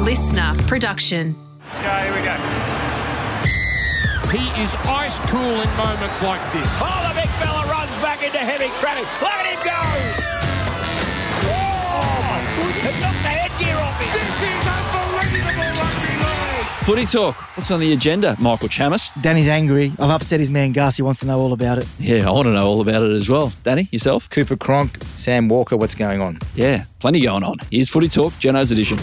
listener production. Okay, here we go. He is ice cool in moments like this. Oh, the big fella runs back into heavy traffic. Look at him go! Oh, my goodness. He knocked the headgear off him. This is unbelievable rugby league. Footy talk. What's on the agenda, Michael Chamis? Danny's angry. I've upset his man Gus. He wants to know all about it. Yeah, I want to know all about it as well. Danny, yourself? Cooper Cronk, Sam Walker, what's going on? Yeah, plenty going on. Here's Footy Talk, Geno's edition.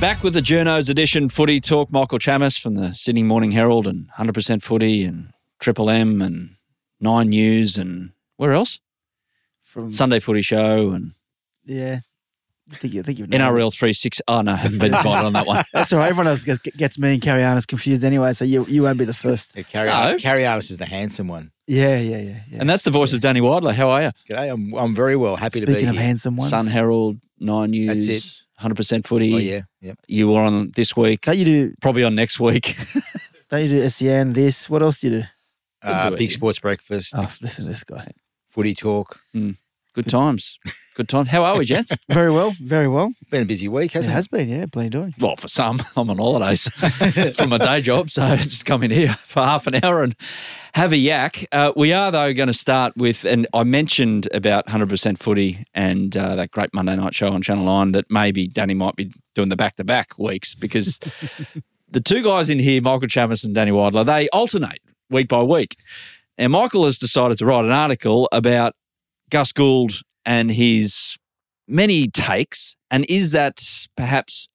Back with the Journo's edition footy talk. Michael Chamis from the Sydney Morning Herald and 100% Footy and Triple M and Nine News and where else? From Sunday Footy Show and yeah, I think, you- I think you've nailed it. NRL 36. Oh, no, I haven't been invited on that one. That's all right. Everyone else gets, gets me and Carrianas confused anyway, so you you won't be the first. Yeah, Carry No. Carriaris is the handsome one. Yeah, yeah, yeah. yeah. And that's the voice of Danny Widler. How are you? G'day, I'm, I'm very well. Happy to be speaking of here. handsome ones, Sun Herald, Nine News, That's it. 100% Footy. Oh yeah, yep. You were on this week, don't you do probably on next week. don't you do SEN this? What else do you do? Uh, do it, big yeah. sports breakfast, Oh, listen to this guy. footy talk. Good times. Good time. How are we, gents? Very well, very well. Been a busy It week, hasn't it? has been, yeah, plain doing. well, for some, I'm on holidays from my day job, so I just come in here for half an hour and have a yak. Uh, we are though going to start with, and I mentioned about 100% footy and uh, that great Monday night show on Channel Nine that maybe Danny might be doing the back to back weeks because the two guys in here, Michael Chamis and Danny Widler, they alternate week by week. And Michael has decided to write an article about Gus Gould and his many takes, and is that perhaps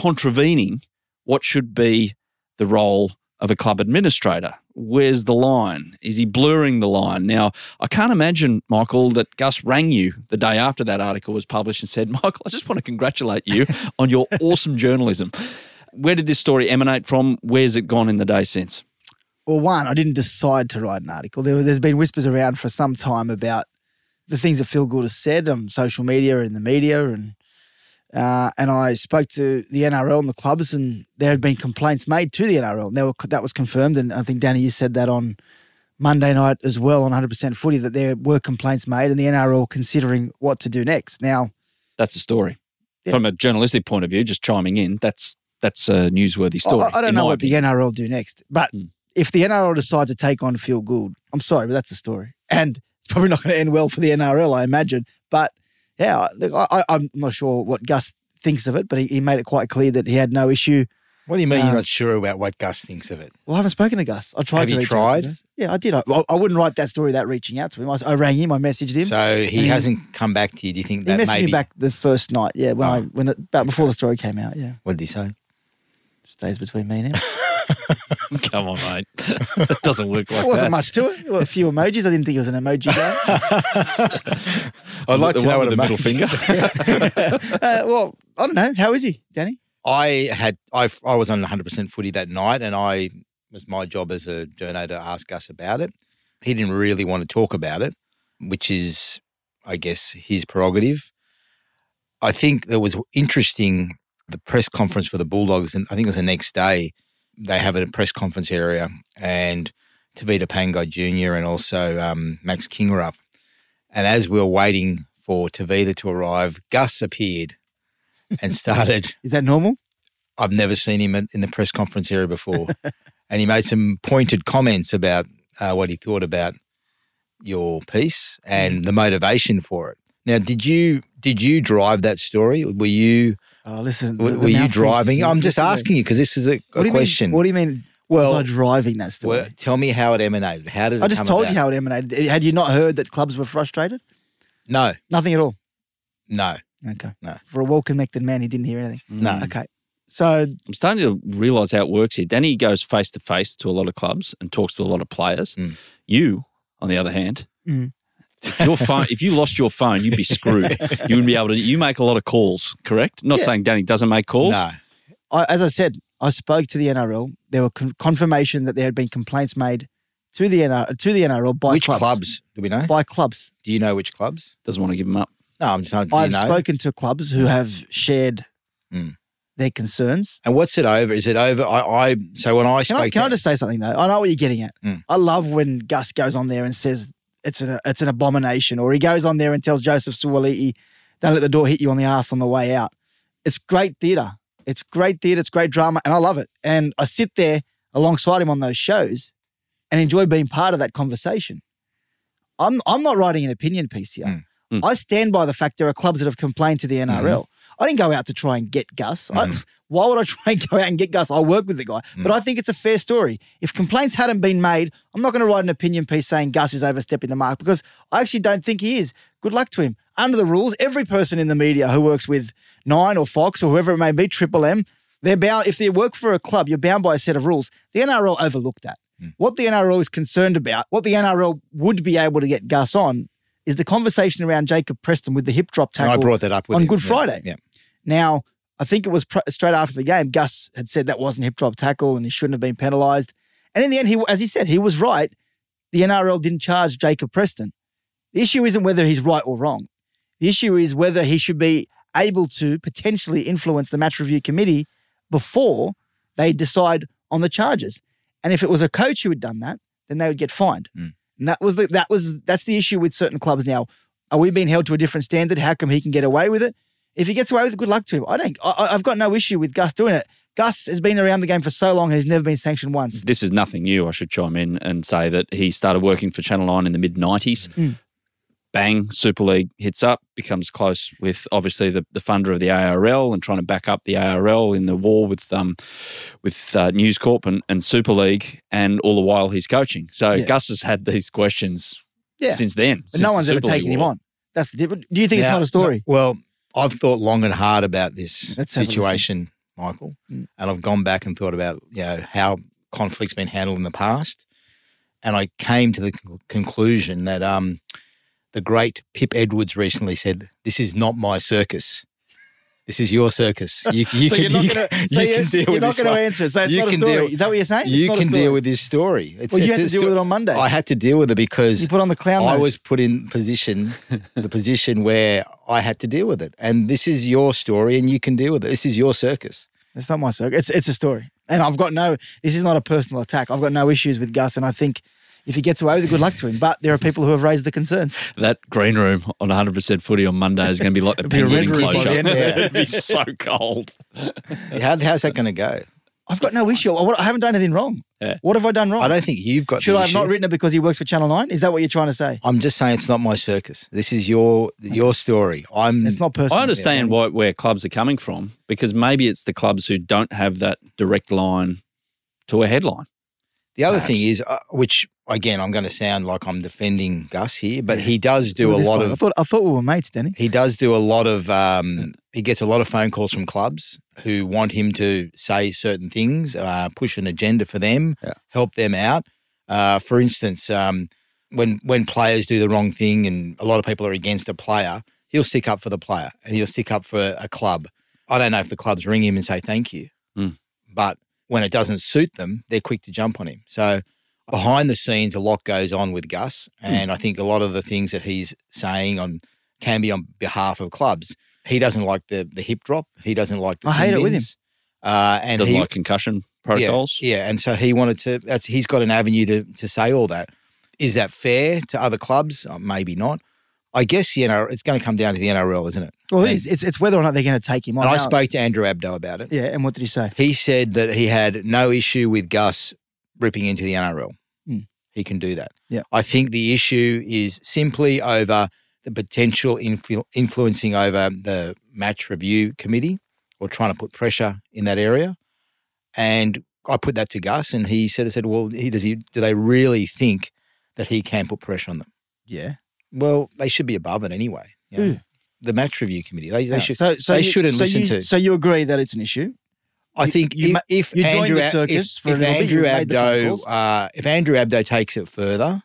contravening what should be the role of a club administrator. Where's the line? Is he blurring the line? Now, I can't imagine, Michael, that Gus rang you the day after that article was published and said, Michael, I just want to congratulate you on your awesome journalism. Where did this story emanate from? Where's it gone in the day since? Well, one, I didn't decide to write an article. There, there's been whispers around for some time about the things that Phil Gould has said on social media and the media, and uh, and I spoke to the NRL and the clubs, and there had been complaints made to the NRL. And they were, that was confirmed, and I think Danny, you said that on Monday night as well on 100% Footy that there were complaints made, and the NRL considering what to do next. Now, That's a story. Yeah. From a journalistic point of view, just chiming in, that's that's a newsworthy story. I, I don't in know my what opinion. the NRL do next, but Hmm. Mm. if the NRL decide to take on Phil Gould, I'm sorry, but that's a story, and it's probably not going to end well for the NRL, I imagine. But yeah, I- look, I, I, I'm not sure what Gus thinks of it, but he, he made it quite clear that he had no issue. What do you mean Um, you're not sure about what Gus thinks of it? Well, I haven't spoken to Gus. I tried Have to you reach out to tried? Gus. Yeah, I did. I, well, I wouldn't write that story without reaching out to him. I, I rang him. I messaged him. So And he he- hasn't come back to you. Do you think he that messaged maybe? me back the first night. Yeah, when I Oh, when it, about before the story came out. Yeah, What did he say? stays between me and him. Come on, mate. that doesn't work like There wasn't that. much to it. There were a few emojis. I didn't think it was an emoji guy. I'd Was it the one with the middle finger. uh, well, I don't know. How is he, Danny? I had I I was on 100% footy that night, and I it was my job as a journo to ask Gus about it. He didn't really want to talk about it, which is, I guess, his prerogative. I think there was interesting the press conference for the Bulldogs, and I think it was the next day. They have a press conference area, and Tavita Pangai Jr. and also um, Max King were up. And as we were waiting for Tavita to arrive, Gus appeared and started Is that normal? I've never seen him in in the press conference area before. and he made some pointed comments about uh, what he thought about your piece Mm-hmm. and the motivation for it. Now, did you did you drive that story? Were you Oh, listen. the- were, the were you mouthpiece- driving? I'm just listen, asking you because this is a, a What do you question. mean? What do you mean? Well, Well- was I driving that story? Well, tell me how it emanated. How did it I just come told about? you how it emanated. Eh, Had you not heard that clubs were frustrated? No, Nothing at all. no, Okay. No. Mm. For a well-connected man, he didn't hear anything. Mm. no. Okay. So I'm starting to realise how it works here. Danny goes face to face to a lot of clubs and talks to a lot of players. Mm. You, on the other hand, Mm. if your phone, if you lost your phone, you'd be screwed. you wouldn't be able to. You make a lot of calls, correct? Not Yeah. saying Danny doesn't make calls. No. I, as I said, I spoke to the NRL. There were con- confirmation that there had been complaints made to the NRL, to the NRL by which clubs. do we know? By clubs. Do you know which clubs? Doesn't want to give him up. No, I'm just. Do you I've know? spoken to clubs who have shared Mm. their concerns. and what's it over? Is it over? I, I so when I Can spoke I, can to I just say something though? I know what you're getting at. Mm. I love when Gus goes on there and says it's an it's an abomination. Or he goes on there and tells Joseph Suwaliti, don't let the door hit you on the ass on the way out. It's great theatre. It's great theatre. It's great drama, and I love it. And I sit there alongside him on those shows, and enjoy being part of that conversation. I'm I'm not writing an opinion piece here. Mm. Mm. I stand by the fact there are clubs that have complained to the NRL. Mm-hmm. I didn't go out to try and get Gus. I, why would I try and go out and get Gus? I work with the guy, but I think it's a fair story. If complaints hadn't been made, I'm not going to write an opinion piece saying Gus is overstepping the mark because I actually don't think he is. Good luck to him. Under the rules, every person in the media who works with Nine or Fox or whoever it may be, Triple M, they're bound. If they work for a club, you're bound by a set of rules. The NRL overlooked that. What the NRL is concerned about, what the NRL would be able to get Gus on, is the conversation around Jacob Preston with the hip drop And tackle. I brought that up with on him. Good Yeah, Friday. Yeah. Now, I think it was pr- straight after the game. Gus had said that wasn't hip drop tackle and he shouldn't have been penalised. And in the end, he as he said, he was right. The NRL didn't charge Jacob Preston. The issue isn't whether he's right or wrong. The issue is whether he should be able to potentially influence the match review committee before they decide on the charges. And if it was a coach who had done that, then they would get fined. Mm. And that was the, that was that's the issue with certain clubs now. Are we being held to a different standard? How come he can get away with it? If he gets away with it, good luck to him. I don't. I, I- I've got no issue with Gus doing it. Gus has been around the game for so long and he's never been sanctioned once. This is nothing new. I should chime in and say that he started working for Channel 9 in the mid 90s. Mm. Bang, Super League hits up, becomes close with obviously the, the funder of the ARL and trying to back up the ARL in the war with um, with uh, News Corp and, and Super League, and all the while he's coaching. So Yeah. Gus has had these questions Yeah. since then. But no since one's the ever Super League taken him war. on. That's the difference. Do you think it's Now- not a story? Well, I've thought long and hard about this Let's have a listen. situation, Michael, Mm. and I've gone back and thought about you know how conflict's been handled in the past, and I came to the con- conclusion that um, the great Pip Edwards recently said, "This is not my circus. This is your circus. You, you so can you're not you, going to. you can deal You're with not this going one. to answer. it. So it's You not a can story. deal- is that what you're saying? It's You not a can story. deal with this story. It's, Well, you it's had a to deal sto- with it on Monday. I had to deal with it because you put on the clown. I nose. was put in position, the position where I had to deal with it. And this is your story, and you can deal with it. This is your circus. It's not my circle. It's it's a story, and I've got no. This is not a personal attack. I've got no issues with Gus, and I think if he gets away with it, good luck to him. But there are people who have raised the concerns. That green room on 100% footy on Monday is going to be like the be a red penguin room by the enclosure. end of it. It'll be so cold. How, how's that going to go? I've got no issue. I, I haven't done anything wrong. Yeah. What have I done wrong? I don't think you've got. Should the I have issue. not written it because he works for Channel Nine? Is that what you're trying to say? I'm just saying it's not my circus. This is your your story. I'm. It's not personal. I understand why, where clubs are coming from because maybe it's the clubs who don't have that direct line to a headline. The other Perhaps. thing is, uh, which again, I'm going to sound like I'm defending Gus here, but he does do Look a at this lot guy. I of. thought I thought we were mates, Danny. He does do a lot of. Um, he gets a lot of phone calls from clubs who want him to say certain things, uh, push an agenda for them, Yeah. help them out. Uh, for instance, um, when when players do the wrong thing, and a lot of people are against a player, he'll stick up for the player, and he'll stick up for a club. I don't know if the clubs ring him and say thank you, Hmm. Mm. but when it doesn't suit them, they're quick to jump on him. So behind the scenes, a lot goes on with Gus, Hmm. and I think a lot of the things that he's saying on can be on behalf of clubs. He doesn't like the the hip drop. He doesn't like the. I hate it with him. sin bins. Uh, and Doesn't he, like concussion protocols. yeah, yeah, and so he wanted to. That's, he's got an avenue to to say all that. Is that fair to other clubs? Uh, maybe not. I guess you know it's going to come down to the NRL, isn't it? Well, it And- is. It's it's whether or not they're going to take him on. And I Now- spoke to Andrew Abdo about it. Yeah, and what did he say? He said that he had no issue with Gus ripping into the NRL. Mm. He can do that. Yeah. I think the issue is simply over the potential influ- influencing over the match review committee or trying to put pressure in that area. And I put that to Gus, and he said, "I said, well, he, does he? Do they really think that he can put pressure on them? Yeah. Well, they should be above it anyway. you know. Who? The match review committee, they, they Hmm. Yeah. should. so so they you, shouldn't so listen you, to. So you agree that it's an issue? I You- think you if, ma- if you joined Andrew the Ab- circus if, for a if little bit, you Andrew made the phone calls. Abdo uh, if Andrew Abdo takes it further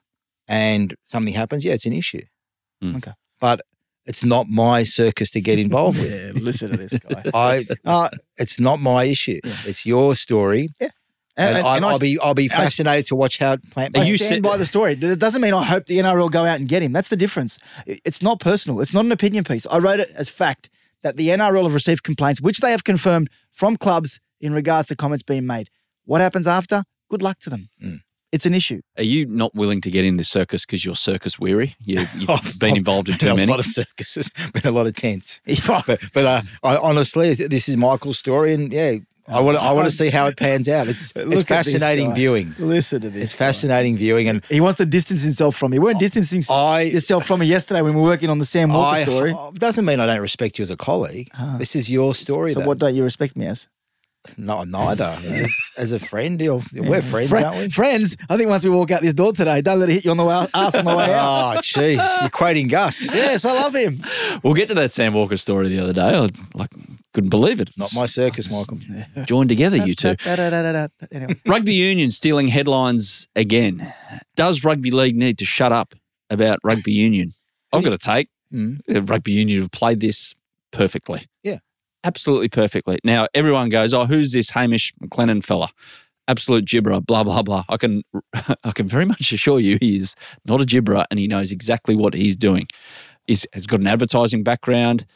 and something happens, yeah, it's an issue. Mm. Okay. but it's not my circus to get involved with. Yeah. Listen to this guy. I, Uh, it's not my issue. It's your story, and, I, I will be I'll be and I s- fascinated to watch how it plant. Are I you stand sit- by the story. It doesn't mean I hope the NRL go out and get him. That's the difference. I- It's not personal. It's not an opinion piece. I wrote it as fact that the NRL have received complaints, which they have confirmed from clubs in regards to comments being made. What happens after? Good luck to them. It's an issue. Are you not willing to get in this circus because you're circus weary? You, you've I've- been Oh, I've involved in been too a many. lot of circuses, been a lot of tents. but but uh, I, honestly, this is Michael's story, and yeah, I want I want to see how it pans out. It's it's Look at this fascinating guy. viewing. Listen to this. It's guy. fascinating viewing, and He wants to distance himself from me. You weren't distancing s- I yourself from me yesterday when we were working on the Sam Walker I story. Ah. doesn't mean I don't respect you as a colleague. This is your story. so though. what don't you respect me as? No, neither. as a friend, you're, we're friends, Fri- aren't we? Friends, I think once we walk out this door today, don't let it hit you on the way, ass on the way out. Oh, jeez, you're quoting Gus. Yes, I love him. We'll get to that Sam Walker story the other day. I like couldn't believe it. Not my circus, Michael. joined together, you two. Da-da-da-da-da. Anyway, Rugby union stealing headlines again. Does rugby league need to shut up about rugby union? I've got a take. Mm. Uh, Rugby union have played this perfectly. Yeah. Absolutely perfectly. Now, everyone goes, oh, who's this Hamish McLennan fella? Absolute gibberer, blah, blah, blah. I can, I can very much assure you he is not a gibberer and he knows exactly what he's doing. He's, he's got an advertising background,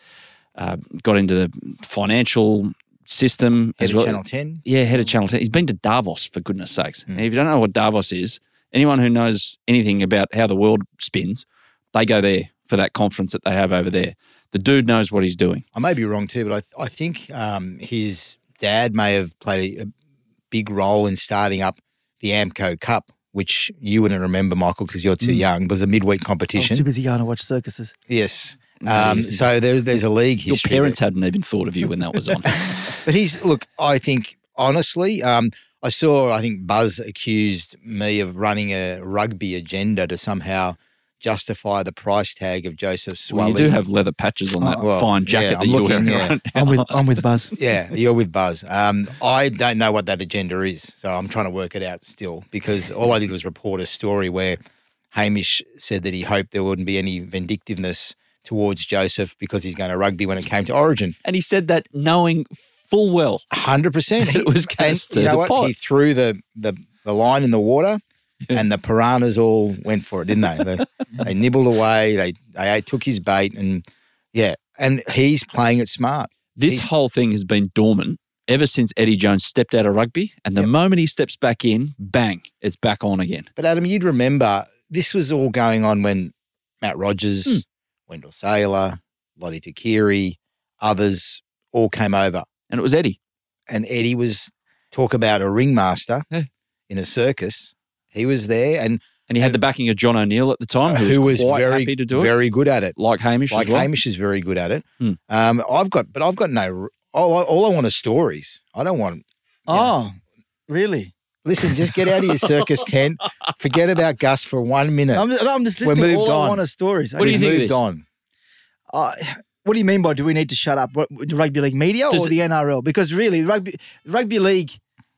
uh, got into the financial system Head as of well. Channel 10. Yeah, head of Channel 10. He's been to Davos, for goodness sakes. Hmm. If you don't know what Davos is, anyone who knows anything about how the world spins, they go there for that conference that they have over there. The dude knows what he's doing. I may be wrong too, but I, I think um, his dad may have played a, a big role in starting up the AMCO Cup, which you wouldn't remember, Michael, because you're too young. It was a midweek I'm competition. Mm. Oh, too busy going to watch circuses. Yes. Um, so there's there's a league Your history. there. parents hadn't even thought of you when that was on. But he's look. I think honestly, um, I saw. I think Buzz accused me of running a rugby agenda to somehow justify the price tag of Joseph Swali. well, you do have leather patches on that Oh, Well, fine jacket yeah, that I'm you're looking, wearing yeah. right now. I'm with, I'm with Buzz. Yeah, you're with Buzz. Um, I don't know what that agenda is, so I'm trying to work it out still because all I did was report a story where Hamish said that he hoped there wouldn't be any vindictiveness towards Joseph because he's going to rugby when it came to Origin. And he said that knowing full well. hundred percent. It was gonna stir the pot. He threw the, the the line in the water, and the piranhas all went for it, didn't they? They, they nibbled away. They they ate- took his bait, and yeah, and he's playing it smart. This He's- whole thing has been dormant ever since Eddie Jones stepped out of rugby. And the moment he steps back in, bang, it's back on again. But Adam, you'd remember this was all going on when Matt Rogers, Hmm. Wendell Saylor, Lottie Takiri, others all came over, And it was Eddie. and Eddie was talk about a ringmaster Yeah. in a circus. He was there, and And he had the backing of John O'Neill at the time, who was, Uh, who was quite very happy to do it, very good at it. like Hamish like as well. Hamish is very good at it. Hmm. Um, I've got, but I've got no. All, I- all I want is stories. I don't want. Oh, really? Listen, just get out of your circus tent. Forget about Gus for one minute. I'm, I'm just We're listening. to moved All I on. want are stories. What do you We've think of Moved this? on. Uh, what do you mean by do we need to shut up? What, the rugby league media Does or it- the NRL? Because really, rugby rugby league,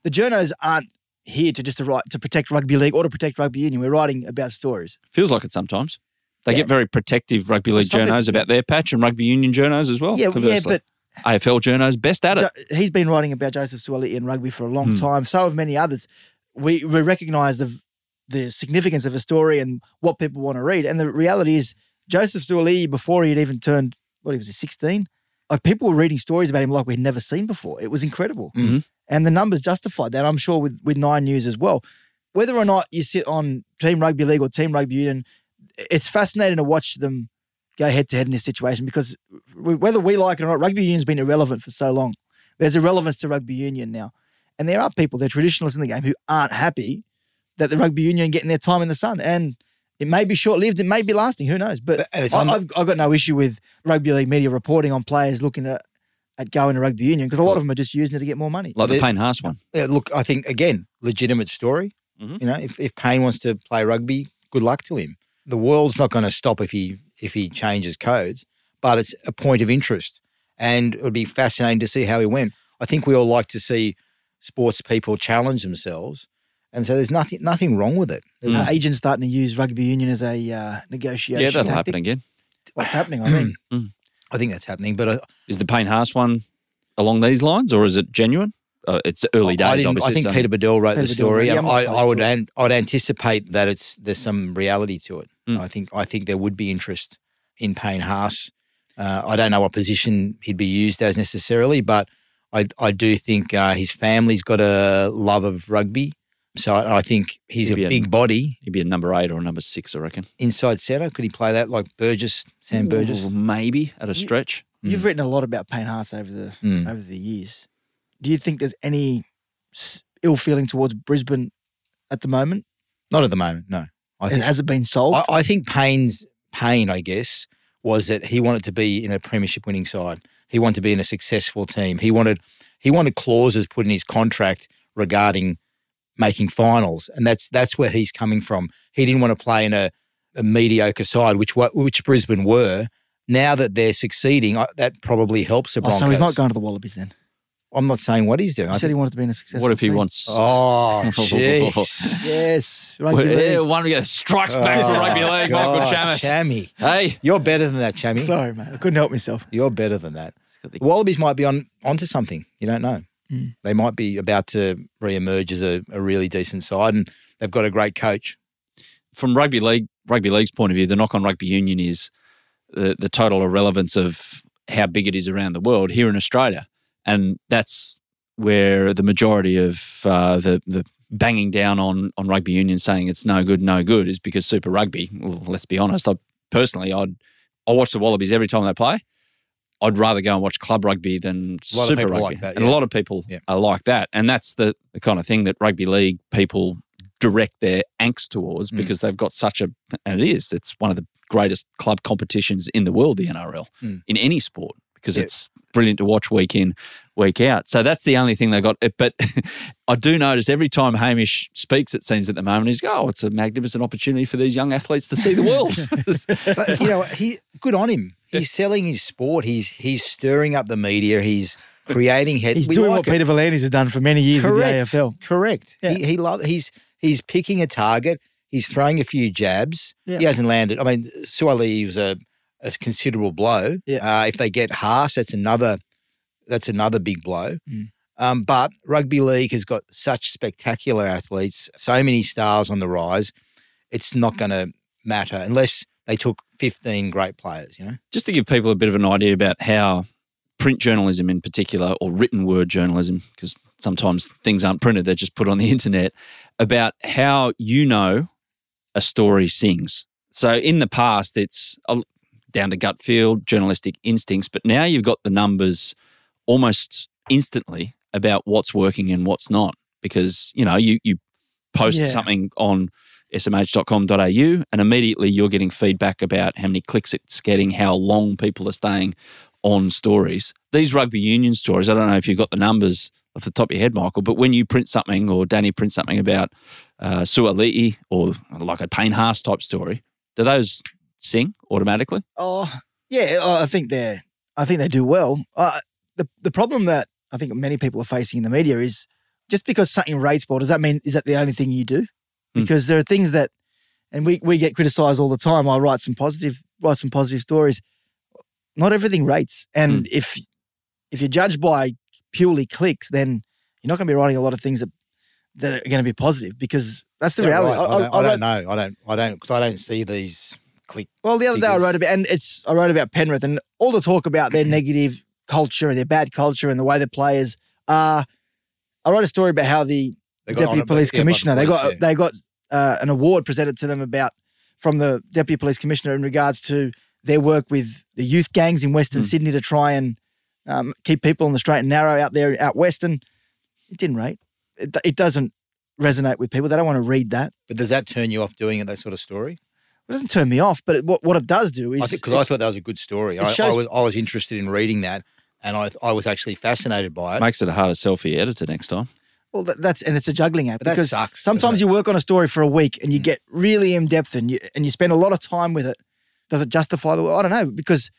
the journos aren't here to just to write to protect rugby league or to protect rugby union. We're writing about stories. Feels like it sometimes. They Yeah. get very protective rugby league Something- journos about their patch and rugby union journos as well. yeah, yeah, Oh, conversely. but AFL journos best at it. Jo- he's been writing about Joseph Suoli in rugby for a long time. So have many others. We we recognise the the significance of a story and what people want to read. And the reality is, Joseph Suoli, before he had even turned what he was sixteen, like people were reading stories about him like we'd never seen before. It was incredible, Mhm. and the numbers justified that. I'm sure with with Nine News as well. Whether or not you sit on Team Rugby League or Team Rugby Union, it's fascinating to watch them go head to head in this situation because w- whether we like it or not, rugby union's been irrelevant for so long. There's irrelevance to rugby union now. And there are people, they're traditionalists in the game, who aren't happy that the rugby union getting their time in the sun. And it may be short lived, it may be lasting, who knows? But But- and it's I, on the- I've, I've got no issue with rugby league media reporting on players looking at, at going to rugby union because a lot of them are just using it to get more money. like the the- Payne Haas one. Yeah, look, I think again, legitimate story. Mhm. You know, if if Payne wants to play rugby, good luck to him. The world's not going to stop if he if he changes codes, but it's a point of interest, and it would be fascinating to see how he went. I think we all like to see sports people challenge themselves, and so there's nothing nothing wrong with it. There's Uh, agents starting to use rugby union as a uh, negotiation. Yeah, that'll tactic. happen again. What's happening? I mean, I think that's happening, but I, Is the Payne Haas one along these lines or is it genuine? Uh, it's early I, days, didn't- obviously. I think it's Peter only- Bedell wrote the Peter Bedell, story. yeah, and I'm not I, close I would to it. an, I'd anticipate that it's there's some reality to it. Mm. I think I think there would be interest in Payne Haas. Uh, I don't know what position he'd be used as necessarily, but I I do think uh, his family's got a love of rugby. So I I think he's He'd be a a- big body He'd be a number eight or a number six, I reckon. inside centre. Could he play that like Burgess, Sam Burgess? Ooh, maybe at a stretch. You've written a lot about Payne Haas over the Mm. over the years. Do you think there's any s- ill feeling towards Brisbane at the moment? Not at the moment, no. I It think hasn't been solved. I, I think Payne's pain, I guess, was that he wanted to be in a premiership winning side. He wanted to be in a successful team. He wanted he wanted clauses put in his contract regarding making finals, and that's that's where he's coming from. He didn't want to play in a, a mediocre side, which wa- which Brisbane were. Now that they're succeeding, I, that probably helps the oh, Broncos. so he's not going to the Wallabies then. I'm not saying what he's doing. He I said he think- wanted to be in a successful. What if he team. wants? oh, jeez. Yes, rugby Well, yeah, league. one yeah, strikes back for rugby Oh, league, Michael God, Chamis. Chamois. hey, You're better than that, Chammy. Sorry, mate. I couldn't help myself. You're better than that. got the- The Wallabies might be on onto something. You don't know. They might be about to re-emerge as a, a really decent side, and they've got a great coach. from rugby league rugby league's point of view, the knock on rugby union is the, the total irrelevance of how big it is around the world here in Australia, and that's where the majority of uh, the the banging down on on rugby union saying it's no good, no good, is because Super Rugby. Well, let's be honest. I personally, I'd I watch the Wallabies every time they play. I'd rather go and watch club rugby than A lot of super people rugby, like that, and a yeah. lot of people Yeah. are like that, and that's the, the kind of thing that rugby league people direct their angst towards Mm. because they've got such a and it is it's one of the greatest club competitions in the world the NRL Mm. in any sport because Yeah. it's brilliant to watch week in week out so that's the only thing they got It- but I do notice every time Hamish speaks it seems at the moment he's go oh it's a magnificent opportunity for these young athletes to see the world But you know, he good on him. He's selling his sport. He's he's stirring up the media. He's creating head. He's we doing like what it. Peter Valandis has done for many years with the AFL. Correct. Yeah. He, he love he's he's picking a target. He's throwing a few jabs. Yeah. He hasn't landed. I mean, Suali was a, a considerable blow. Yeah. Uh, if they get Haas, that's another that's another big blow. Mm. Um, but rugby league has got such spectacular athletes, so many stars on the rise. It's Mm. not going to matter unless they took fifteen great players. You know. just to give people a bit of an idea about how print journalism in particular or written word journalism because sometimes things aren't printed they're just put on the internet about how you know a story sings so in the past it's a- down to gut feel journalistic instincts but now you've got the numbers almost instantly about what's working and what's not because you know you you post Yeah. something on smh.com.au and immediately you're getting feedback about how many clicks it's getting, how long people are staying on stories. These rugby union stories, I don't know if you've got the numbers off the top of your head, Michael, but when you print something or Danny prints something about uh, Suali'i or like a Payne Haas type story, do those sing automatically? Oh, yeah. I I think they're. I think they do well. Uh, the the problem that I think many people are facing in the media is just because something rates well, does that mean is that the only thing you do? Hmm. Because there are things that, and we we get criticised all the time. I write some positive, write some positive stories. Not everything rates, Hmm. and if if you're judged by purely clicks, then you're not going to be writing a lot of things that that are going to be positive because that's the Yeah, reality. right. I, don't, I, wrote- don't know. I don't. I don't because I don't see these click. well, the other day I figures. wrote about, and it's I wrote about Penrith and all the talk about their negative culture and their bad culture and the way the players are. I wrote a story about how the They got deputy honoured by- police yeah, by the commissioner they police, got yeah. they got uh, an award presented to them about from the deputy police commissioner in regards to their work with the youth gangs in Western Hmm. Mm. Sydney to try and um, keep people on the straight and narrow out there out west, and it didn't rate. It, it doesn't resonate with people. They don't want to read that. But does that turn you off doing it? That sort of story? It doesn't turn me off, but it, what what it does do is I think because I thought that was a good story. I, I shows- was I was interested in reading that, and I I was actually fascinated by it. Makes it a harder sell for your editor next time. Well, that, that's and it's a juggling act But that because sucks, doesn't sometimes it? Mm. you work on a story for a week and you get really in depth and you and you spend a lot of time with it. Does it justify the? I don't know because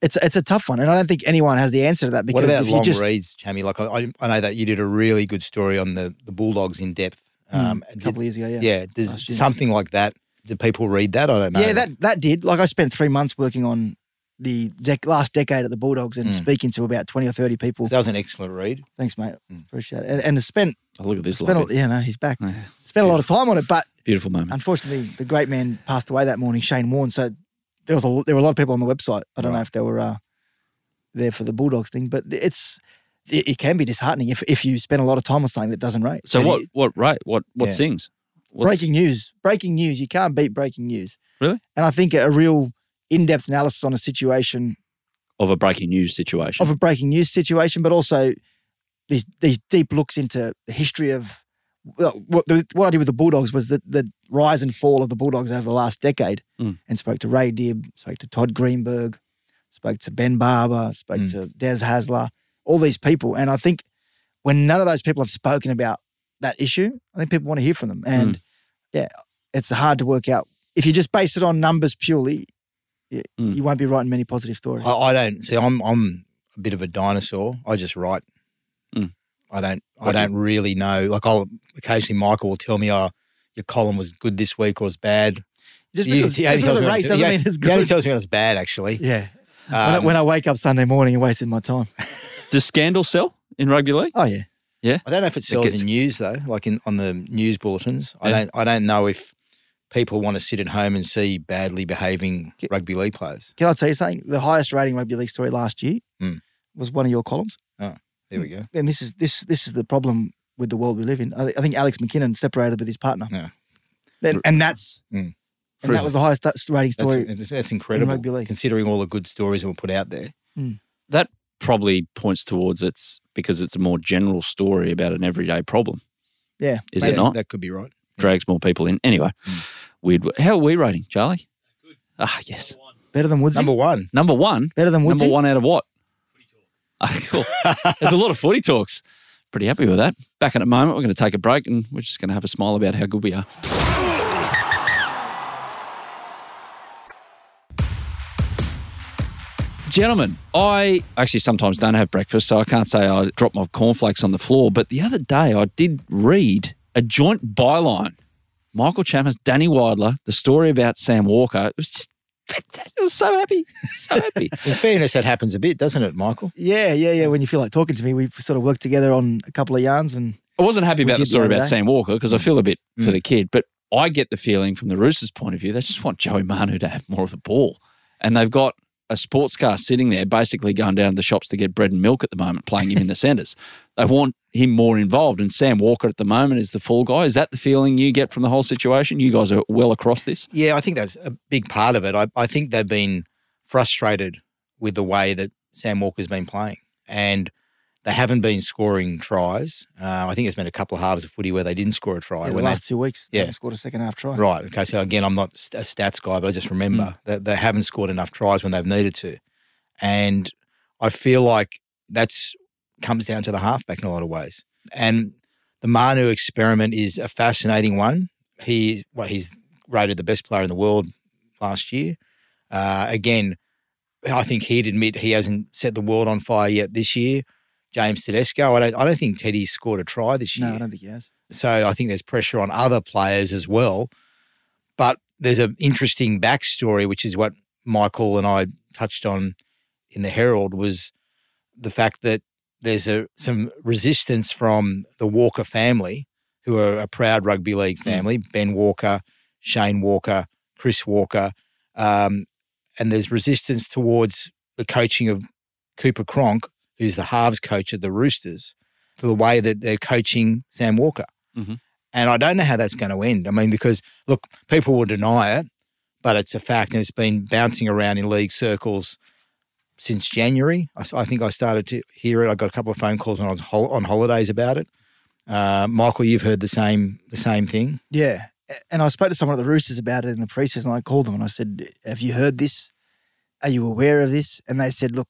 it's it's a tough one, and I don't think anyone has the answer to that. Because what about if long you just reads, Chammy? Like I, I, I know that you did a really good story on the the Bulldogs in depth. Um, Hmm, a did- couple of years ago, yeah, yeah, does last year. something like that. Do people read that? I don't know. Yeah, that that did. Like I spent three months working on the dec- last decade at the Bulldogs and speaking to about twenty or thirty people. Mm. that Mm. was an excellent read. Thanks, mate. Appreciate it. And, and spent Oh, look at this spent lovely- a, yeah, no, he's back. Spent a lot of time on it, but Beautiful moment. unfortunately, the great man passed away that morning, Shane Warne. So there was a there were a lot of people on the website. I don't know if they were uh, there for the Bulldogs thing, but it's it, it can be disheartening if, if you spend a lot of time on something that doesn't rate. So And what? it- What? Right? What? What Yeah. sings? What's, breaking news, breaking news. You can't beat breaking news. Really? And I think a real in-depth analysis on a situation of a breaking news situation. of a breaking news situation, but also these these deep looks into the history of well, what, the, what I did with the Bulldogs was the, the rise and fall of the Bulldogs over the last decade, Mm. and spoke to Ray Dibb, spoke to Todd Greenberg, spoke to Ben Barber, spoke Mm. to Des Hasler, all these people, and I think when none of those people have spoken about that issue, I think people want to hear from them, and Mm. yeah, it's hard to work out if you just base it on numbers purely. y- Mm. You won't be writing many positive stories. I, I don't see. I'm I'm a bit of a dinosaur. I just write. Hmm. Mm. I don't. I What do you- don't really know. Like I'll occasionally Michael will tell me, "Oh, your column was good this week or it's bad." Just He- because, he just only because tells of me race it's- doesn't he- mean it's He only good. tells me when it's bad. Actually, Yeah. When, I, Um, when I wake up Sunday morning and wasted my time. Does scandal sell in rugby league? Oh yeah. I don't know if it sells gets- in news though, like in on the news bulletins. I Yeah. don't. I don't know if people want to sit at home and see badly behaving Get- rugby league players. Can I tell you something? The highest rating rugby league story last year Mm. was one of your columns. There we go. And this is this this is the problem with the world we live in. I, I think Alex McKinnon separated with his partner. Yeah. And, and that's Mm. and that was the highest st- rating That's, story. that's- that's incredible, rugby league. considering all the good stories that were put out there. That probably points towards it's because it's a more general story about an everyday problem. yeah. Mm. Is maybe. it not? That could be right. Drags more people in. Anyway, weird. How are we rating, Charlie? Ah, yes. better than Woodsy? Number one. Number one. better than Woodsy? Number one out of what? Footy talk. Ah, cool. There's a lot of footy talks. Pretty happy with that. Back in a moment, we're going to take a break and we're just going to have a smile about how good we are. Gentlemen, I actually sometimes don't have breakfast, so I can't say I dropped my cornflakes on the floor. But the other day, I did read a joint byline Michael Chalmers, Danny Widler, the story about Sam Walker. It was just fantastic. I was so happy. So happy. In fairness, that happens a bit, doesn't it, Michael? Yeah, yeah, yeah. When you feel like talking to me, we sort of worked together on a couple of yarns and I wasn't happy about did the the story other about day. Mm. Sam Walker because I feel a bit for the kid, but I get the feeling from the Roosters' point of view, they just want Joey Manu to have more of the ball. And they've got a sports car sitting there basically going down to the shops to get bread and milk at the moment, playing him in the centres. They want him more involved. And Sam Walker at the moment is the fall guy. Is that the feeling you get from the whole situation? You guys are well across this. Yeah, I think that's a big part of it. I, I think they've been frustrated with the way that Sam Walker's been playing, and they haven't been scoring tries. Uh, I think there's been a couple of halves of footy where they didn't score a try. yeah, the when they- last two weeks. yeah. haven't scored a second half try. right. Okay. So again, I'm not st- a stats guy, but I just remember Mm. that they haven't scored enough tries when they've needed to, and I feel like that's comes down to the halfback in a lot of ways. And the Manu experiment is a fascinating one. He what he's rated the best player in the world last year. Uh, again, I think he'd admit he hasn't set the world on fire yet this year. James Tedesco, I don't, I don't think Teddy scored a try this year. No, I don't think he has. So I think there's pressure on other players as well. But there's an interesting backstory, which is what Michael and I touched on in the Herald, was the fact that there's a, some resistance from the Walker family, who are a proud rugby league family Ben Walker, Shane Walker, Chris Walker. Um, and there's resistance towards the coaching of Cooper Cronk, who's the halves coach at the Roosters, to the way that they're coaching Sam Walker. Mhm. And I don't know how that's going to end. I mean, because look, people will deny it, but it's a fact, and it's been bouncing around in league circles since January. I, s- I think I started to hear it. I got a couple of phone calls when I was hol- on holidays about it. Uh, Michael, you've heard the same the same thing. Yeah. A- And I spoke to someone at the Roosters about it in the preseason. I called them and I said, Have you heard this? Are you aware of this? And they said, Look,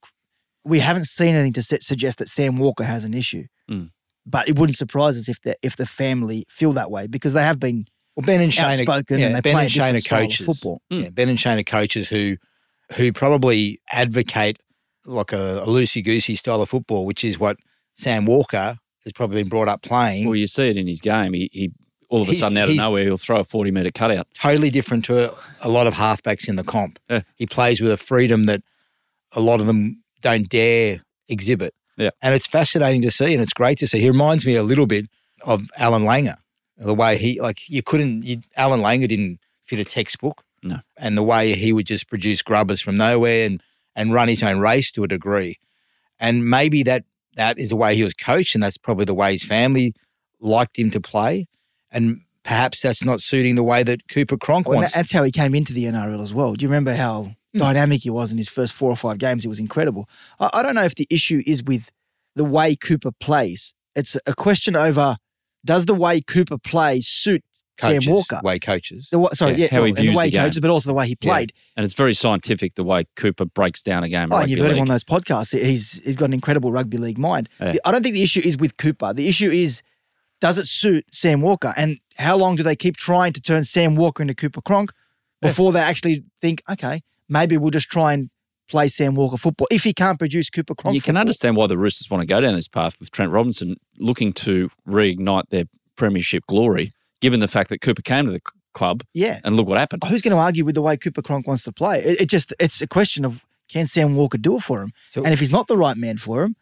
we haven't seen anything to su- suggest that Sam Walker has an issue. Hmm. Mm. But it wouldn't surprise us if the, if the family feel that way because they have been Well, Ben and Shane, are, outspoken yeah, and they Ben play a and Shane different are style of coaches. football. Mm. Yeah, ben and Shane are coaches who who probably advocate like a, a loosey goosey style of football, which is what Sam Walker has probably been brought up playing. Well, you see it in his game. He, he all of a He's- sudden out of he's- nowhere, he'll throw a 40 metre cutout. totally different to a, a lot of halfbacks in the comp. Yeah. He plays with a freedom that a lot of them don't dare exhibit. Yeah. And it's fascinating to see and it's great to see. He reminds me a little bit of Alan Langer. The way he like you couldn't you, Alan Langer didn't fit a textbook. No. And the way he would just produce grubbers from nowhere and and run his own race to a degree. And maybe that That is the way he was coached, and that's probably the way his family liked him to play. And perhaps that's not suiting the way that Cooper Cronk Well, that- wants. that's how he came into the NRL as well. Do you remember how Hmm. dynamic he was in his first four or five games? He was incredible. I, I don't know if the issue is with the way Cooper plays. It's a question over does the way Cooper plays suit coaches, Sam Walker? way coaches. The, wa- sorry, Yeah, yeah, how he well, and the views way the he coaches, but also the way he Yeah. played. And it's very scientific the way Cooper breaks down a game. of Oh, and rugby you've heard him league. on those podcasts. He- He's he's got an incredible rugby league mind. Yeah. The- I don't think the issue is with Cooper. The issue is does it suit Sam Walker? And how long do they keep trying to turn Sam Walker into Cooper Cronk before they actually think, okay, maybe we'll just try and play Sam Walker football if he can't produce Cooper Cronk? You can football. understand why the Roosters want to go down this path with Trent Robinson looking to reignite their premiership glory, given the fact that Cooper came to the c- club Yeah. and look what happened. Who's going to argue with the way Cooper Cronk wants to play? It, it just it's a question of can Sam Walker do it for him? So- and if he's not the right man for him,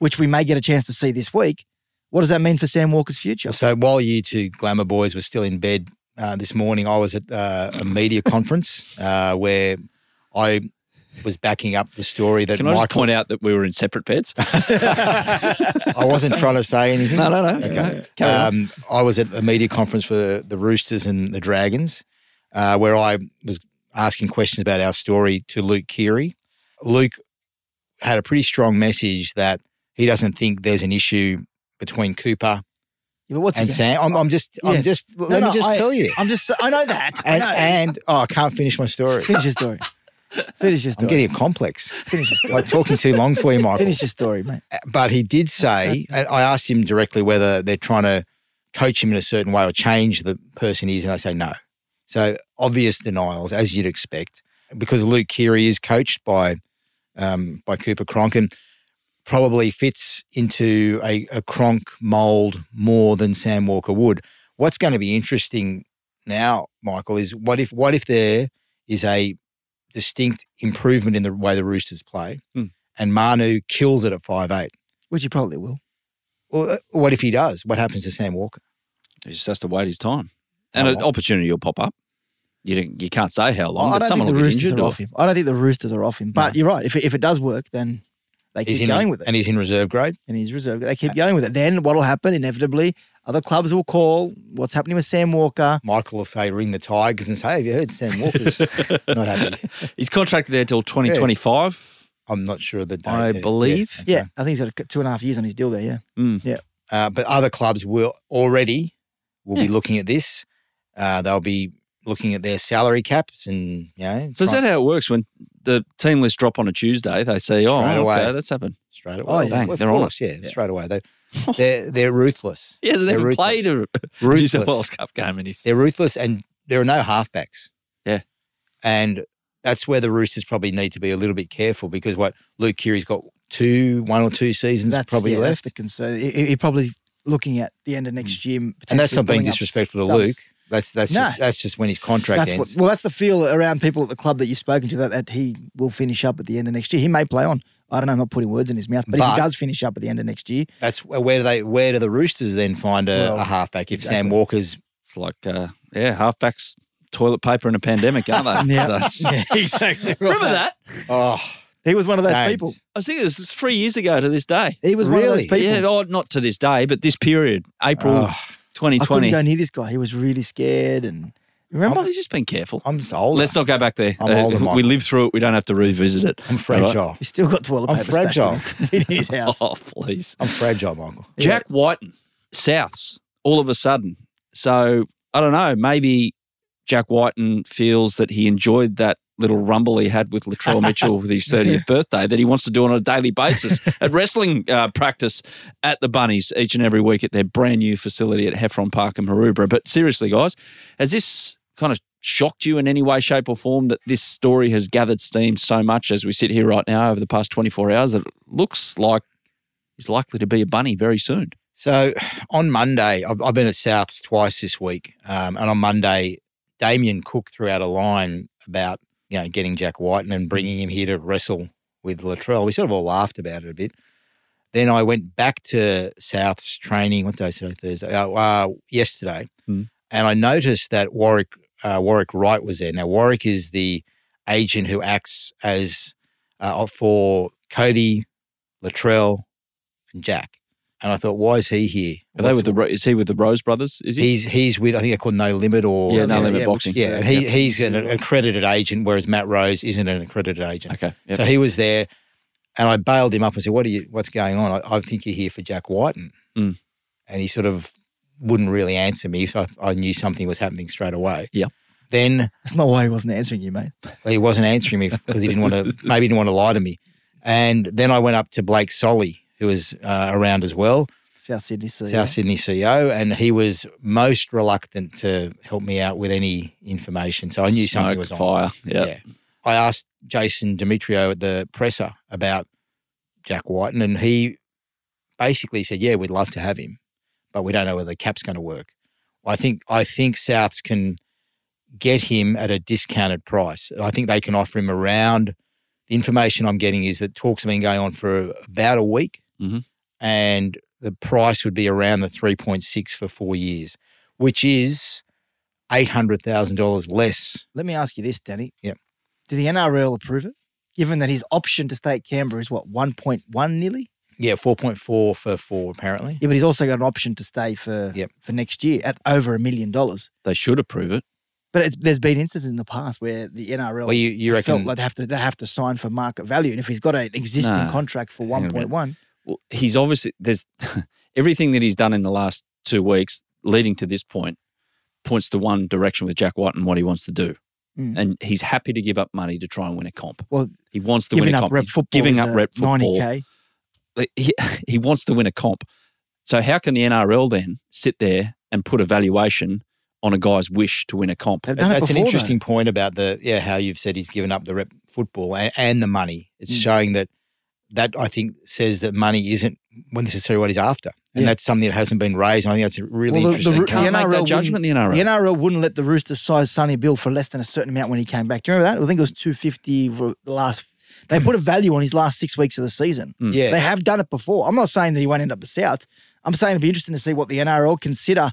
which we may get a chance to see this week, what does that mean for Sam Walker's future? So while you two glamour boys were still in bed uh, this morning, I was at uh, a media conference uh, where I was backing up the story that Can I just Michael. point out that we were in separate beds? I wasn't trying to say anything. no, no, no. Okay. Carry on. Um, I was at a media conference for the, the Roosters and the Dragons, uh, where I was asking questions about our story to Luke Keary. Luke had a pretty strong message that he doesn't think there's an issue between Cooper Yeah, but what's he and gonna- Sam. I'm, I'm just, Yeah. I'm just. let no, me just I- tell you. I'm just. I know that. And, I know. and oh, I can't finish my story. finish your story. Finish your I'm story. getting a complex. finish your story. Like talking too long for you, Michael. Finish your story, mate. but he did say, and I asked him directly whether they're trying to coach him in a certain way or change the person he is, and they say no. So obvious denials, as you'd expect, because Luke Keary is coached by um, by Cooper Cronk and probably fits into a, a Cronk mold more than Sam Walker would. What's going to be interesting now, Michael, is what if what if there is a distinct improvement in the way the Roosters play, Hmm. and Manu kills it at five eight. Which you probably will. Well, what if he does? What happens to Sam Walker? He just has to wait his time. And How an long? opportunity will pop up. You, don't, you can't say how long, Oh, I but don't someone think will the get Roosters injured. are or- off him. I don't think the Roosters are off him. But you're right. If it, if it does work, then they keep in going with it. and he's in reserve grade. and he's reserved. They keep going with it. Then what'll happen? Inevitably, other clubs will call. What's happening with Sam Walker? Michael will say, "Ring the Tigers," and say, "Have you heard Sam Walker's not happy?" He's contracted there till 2025, I'm not sure of the date. I Yeah, yeah, believe. okay. Yeah, I think he's got two and a half years on his deal there. Yeah, Uh, but other clubs will already will be looking at this. Uh, they'll be looking at their salary caps and you know. So is try- that how it works when the team lists drop on a Tuesday? They say, "Oh, Straight okay, away. that's happened." straight away? Oh, yeah. Well, Bang, of they're on course, yeah, straight away. They they're they're ruthless. He hasn't They're even ruthless. played a New South Ruthless. Wales Cup game, and he's They're ruthless, and there are no halfbacks. Yeah. and that's where the Roosters probably need to be a little bit careful because what Luke Keary's got two, one or two seasons probably yeah, That's left, the concern. He, he- he probably looking at the end of next year, and that's potentially not being pulling up disrespectful to stubs. Luke. That's that's No. just, that's just when his contract That's ends. what, well, that's the feel around people at the club that you've spoken to that, that he will finish up at the end of next year. He may play on. I don't know. I'm not putting words in his mouth, but, if But- he does finish up at the end of next year, that's where do they where do the Roosters then find a, Well, a halfback if Sam exactly. Walker's it's like, uh, yeah, halfbacks, toilet paper, and a pandemic, aren't they? Yeah. So it's- exactly. Remember that? oh He was one of those James. people. I was thinking this was three years ago to this day. He was one of those Really? people. Yeah, oh, not to this day, but this period, April Oh, I couldn't 2020. go near this guy. He was really scared, and remember, Well, he's Oh, just been careful. I'm so old. Let's not go back there. Uh, I'm older, we Michael. lived through it. We don't have to revisit it. I'm fragile. he's still got toilet I'm paper stashed in fragile. his- in his house. Oh, please. I'm fragile, Michael. Jack Whiten, Souths, all of a sudden. So I don't know. Maybe Jack Whiten feels that he enjoyed that little rumble he had with Latrell Mitchell with his 30th birthday that he wants to do on a daily basis at wrestling uh, practice at the Bunnies each and every week at their brand new facility at Heffron Park in Maroubra. But seriously, guys, has this kind of shocked you in any way, shape, or form that this story has gathered steam so much as we sit here right now over the past 24 hours that it looks like he's likely to be a bunny very soon? So on Monday, I've, I've been at Souths twice this week, um, and on Monday, Damien Cook threw out a line about you know getting Jack Whiten Hmm. and bringing him here to wrestle with Latrell. We sort of all laughed about it a bit. Then I went back to Souths training. What day? Today Thursday. Uh, uh, yesterday, Hmm. and I noticed that Warwick uh, Warwick Wright was there. Now Warwick is the agent who acts as uh, for Cody Latrell and Jack. And I thought, why is he here? Are they What's- with the Ro- is he with the Rose Brothers? Is he? he's he's with I think they're called No Limit or yeah, no yeah, limit yeah, boxing. Yeah, and he, he's an accredited agent, whereas Matt Rose isn't an accredited agent. Okay. Yep. So he was there, and I bailed him up and said, "What are you? What's going on? I, I think you're here for Jack Whiten." Mm. And he sort of wouldn't really answer me, so I, I knew something was happening straight away. Yep. Then That's not why he wasn't answering you, mate. he wasn't answering me because he didn't want to. Maybe he didn't want to lie to me. And then I went up to Blake Solly, who was uh, around as well, South Sydney. E So South Sydney CEO, and he was most reluctant to help me out with any information. So I knew something Smoke, was on. fire. Yeah. Yeah. I asked Jason Demetrio at the presser about Jack Whiten, and he basically said, "Yeah, we'd love to have him, but we don't know whether the cap's going to work." I think I think Souths can get him at a discounted price. I think they can offer him around. The information I'm getting is that talks have been going on for about a week, Mhm. and the price would be around the 3.6 for four years, which is eight hundred thousand dollars less. let me ask you this, Danny. Yep. Do the NRL approve it? Given that his option to stay at Canberra is what one point one nearly. Yeah, four point four for four apparently. Yeah, but he's also got an option to stay for Yep. for next year at over a million dollars. They should approve it. But it's, there's been instances in the past where the NRL Well, you, you felt reckon? like they have to they have to sign for market value, and if he's got an existing Nah. contract for Hang on a one minute. point one, Well, he's obviously there's everything that he's done in the last two weeks leading to this point points to one direction with Jack White and what he wants to do. Mm. And he's happy to give up money to try and win a comp. Well, he wants to win giving a up comp. rep He's football, giving up rep ninety football. k. Like, He, he wants to win a comp. So how can the NRL then sit there and put a valuation on a guy's wish to win a comp? They've done it that's an before, interesting point about the yeah how you've said he's given up the rep football and, and the money. It's Mm. showing that that I think says that money isn't necessarily what he's after, and Yeah. that's something that hasn't been raised. And I think that's a really Well, the- the interesting. re- con- Can't the make NRL that judgment. The NRL. though. The NRL wouldn't let the Roosters size Sonny Bill for less than a certain amount when he came back. Do you remember that? I think it was two fifty for the last. They put a value on his last six weeks of the season. Mm. yeah, They have done it before. I'm not saying that he won't end up the South. I'm saying it'd be interesting to see what the NRL consider.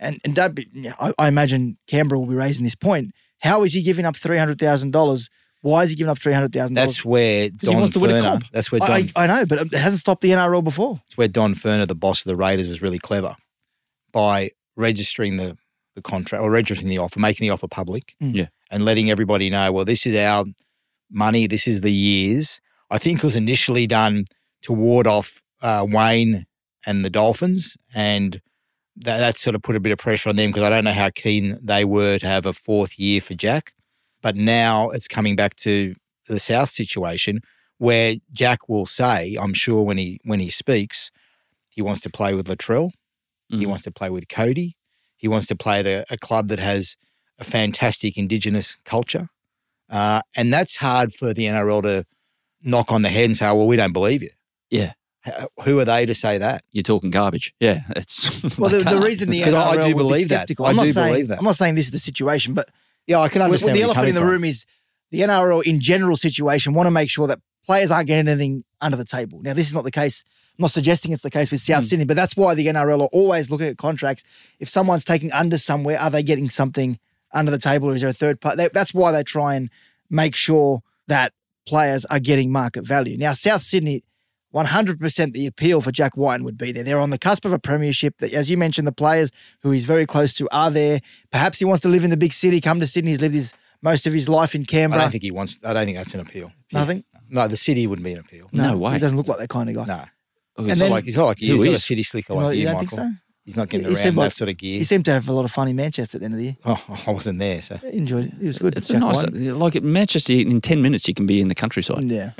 And and don't be, I, I imagine Canberra will be raising this point. How is he giving up three hundred thousand dollars? Why is he giving up three hundred thousand dollars? that's where he Don wants to win a Ferner. comp. That's where Don. I, I I know, but it hasn't stopped the NRL before. that's where Don Ferner, the boss of the Raiders, was really clever by registering the the contract or registering the offer, making the offer public, Mm. Yeah. and letting everybody know. Well, this is our money. This is the years. I think it was initially done to ward off uh, Wayne and the Dolphins, and that, that sort of put a bit of pressure on them because I don't know how keen they were to have a fourth year for Jack. But now it's coming back to the South situation where Jack will say, I'm sure when he when he speaks, he wants to play with Latrell, he Mhm. Mm-hmm. wants to play with Cody, he wants to play at a, a club that has a fantastic Indigenous culture, uh, and that's hard for the NRL to knock on the head and say, "Well, we don't believe you." Yeah. H- who are they to say that? You're talking garbage. Yeah, it's Well, the, they the can't. reason the Because NRL I do would be believe that. skeptical- I I'm not do saying, believe that. I'm not saying this is the situation, but Yeah, I can Well, understand. the where you're elephant in the coming from. room is the NRL in general situation want to make sure that players aren't getting anything under the table. Now, this is not the case. I'm not suggesting it's the case with Hmm. South Sydney, but that's why the NRL are always looking at contracts. If someone's taking under somewhere, are they getting something under the table, or is there a third part? They, that's why they try and make sure that players are getting market value. Now, South Sydney, 100% the appeal for Jack White would be there. They're on the cusp of a premiership. That, as you mentioned, the players who he's very close to are there. Perhaps he wants to live in the big city, come to Sydney. He's lived his most of his life in I Canberra. don't think he wants. I don't think that's an appeal. Nothing. No, the city wouldn't be an appeal. No way. He doesn't look like that kind of guy. No, and it's then- not like he's not like you. Who He's not a is? city slicker You know, like you you, don't Michael. think so? He's not getting He- he around seemed that like- sort of gear. He seemed to have a lot of fun in Manchester at the end of the year. Oh, I wasn't there, so I enjoyed it. He was good. it's a Jack nice White. like at Manchester. In ten minutes, you can be in the countryside. Yeah.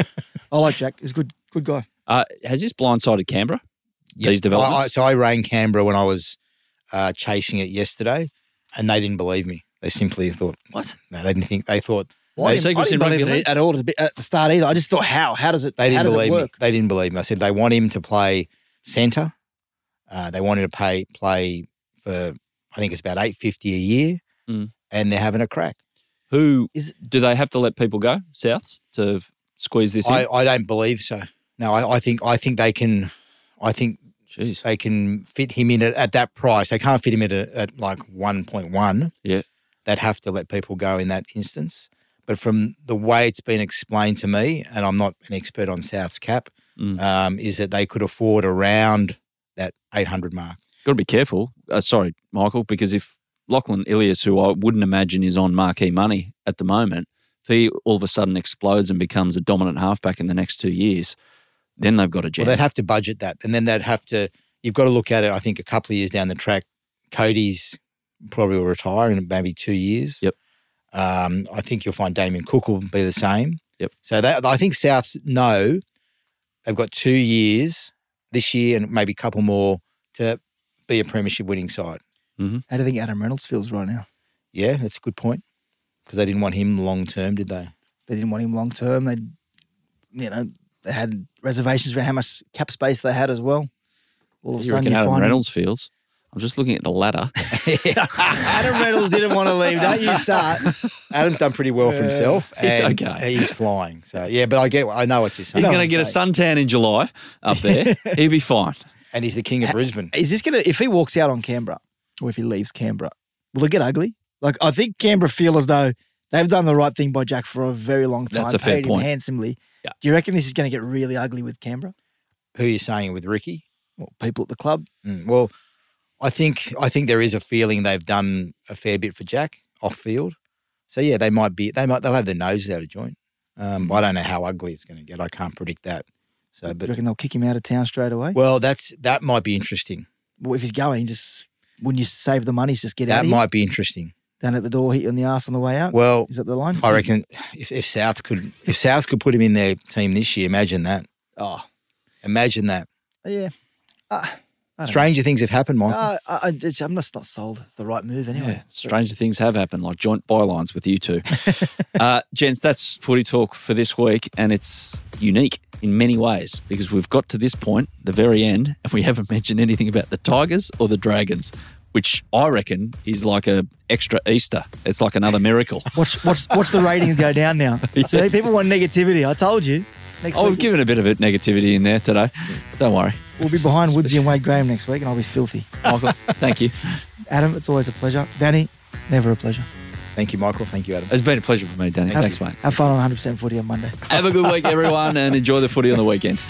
I like Jack. He's a good, good guy. Uh, has this blindsided Canberra? These I, I, developments. so I rang Canberra when I was uh, chasing it yesterday, and they didn't believe me. They simply thought What? No, they didn't think. They thought Why? I So you didn't, I didn't said believe rugby it at all to be- at uh, the start either. I just thought, how? How does it? they how didn't does believe it me. work? They didn't believe me. I said they want him to play centre. Uh, they want him to pay play for I think it's about eight fifty a year, Mm. and they're having a crack. Who Is do they have to let people go? Souths to squeeze this I, in. I don't believe so. No, I, I think I think they can. I think Jeez. they can fit him in at, at that price. They can't fit him in at, at like one point one. Yeah. they'd have to let people go in that instance. But from the way it's been explained to me, and I'm not an expert on South's cap, Mm. um, is that they could afford around that 800 mark. Got to be careful. Uh, sorry, Michael, because if Lachlan Ilias, who I wouldn't imagine is on marquee money at the moment, if he all of a sudden explodes and becomes a dominant halfback in the next two years, then they've got a jam. Well, they'd have to budget that, and then they'd have to. You've got to look at it. I think a couple of years down the track, Cody's probably will retire in maybe two years. Yep. Um, I think you'll find Damien Cook will be the same. Yep. So that I think Souths know they've got two years this year and maybe a couple more to be a premiership winning side. How do you think Adam Reynolds feels right now? Yeah, that's a good point because they didn't want him long term, did they? They didn't want him long term. They, you know, they had reservations about how much cap space they had as well. All of a you sudden, reckon you Adam find Reynolds feels? I'm just looking at the ladder. Adam Reynolds didn't want to leave. Don't you start. Adam's done pretty well for himself. He's and okay. He's flying. So yeah, but I get. I know what you're saying. He's going to get a suntan in July up there. He'll be fine. and he's the king of Brisbane. Is this gonna if he walks out on Canberra or if he leaves Canberra, will it get ugly? Like I think Canberra feel as though they've done the right thing by Jack for a very long time. That's a fair paid point. him handsomely. Yeah. Do you reckon this is gonna get really ugly with Canberra? who you're saying with Ricky. Well, people at the club. Mm, Well, I think I think there is a feeling they've done a fair bit for Jack off field. So yeah, they might be they might they'll have their noses out of joint. Um, I don't know how ugly it's going to get. I can't predict that. Do So, you but reckon they'll kick him out of town straight away? Well, well, that's that might be interesting. if he's going, just wouldn't you save the money? Just get out That of here, might be interesting. down at the door, hit you on the ass on the way out. Well, is that the line? I reckon if, if South could if South could put him in their team this year, imagine that. Oh, Imagine that. yeah. Uh, I don't Stranger things have happened, Michael. Uh, I, I, it's- I'm just not sold. It's the right move anyway. Yeah, stranger things have happened, like joint bylines with you two. uh, gents, that's footy talk for this week, and it's unique in many ways because we've got to this point, the very end, and we haven't mentioned anything about the Tigers or the Dragons, which I reckon is like a extra Easter. It's like another miracle. Watch, watch, watch the ratings go down now. See, people want negativity. I told you. Next oh, we've week, given a bit of it negativity in there today. Don't worry, we'll be behind Woodsy and Wade Graham next week, and I'll be filthy. Michael. thank you. Adam, it's always a pleasure. Danny, never a pleasure. Thank you, Michael. Thank you, Adam. It's been a pleasure for me, Danny. Have- Thanks, mate. Have fun on 100% footy on Monday. Have a good week, everyone, and enjoy the footy on the weekend.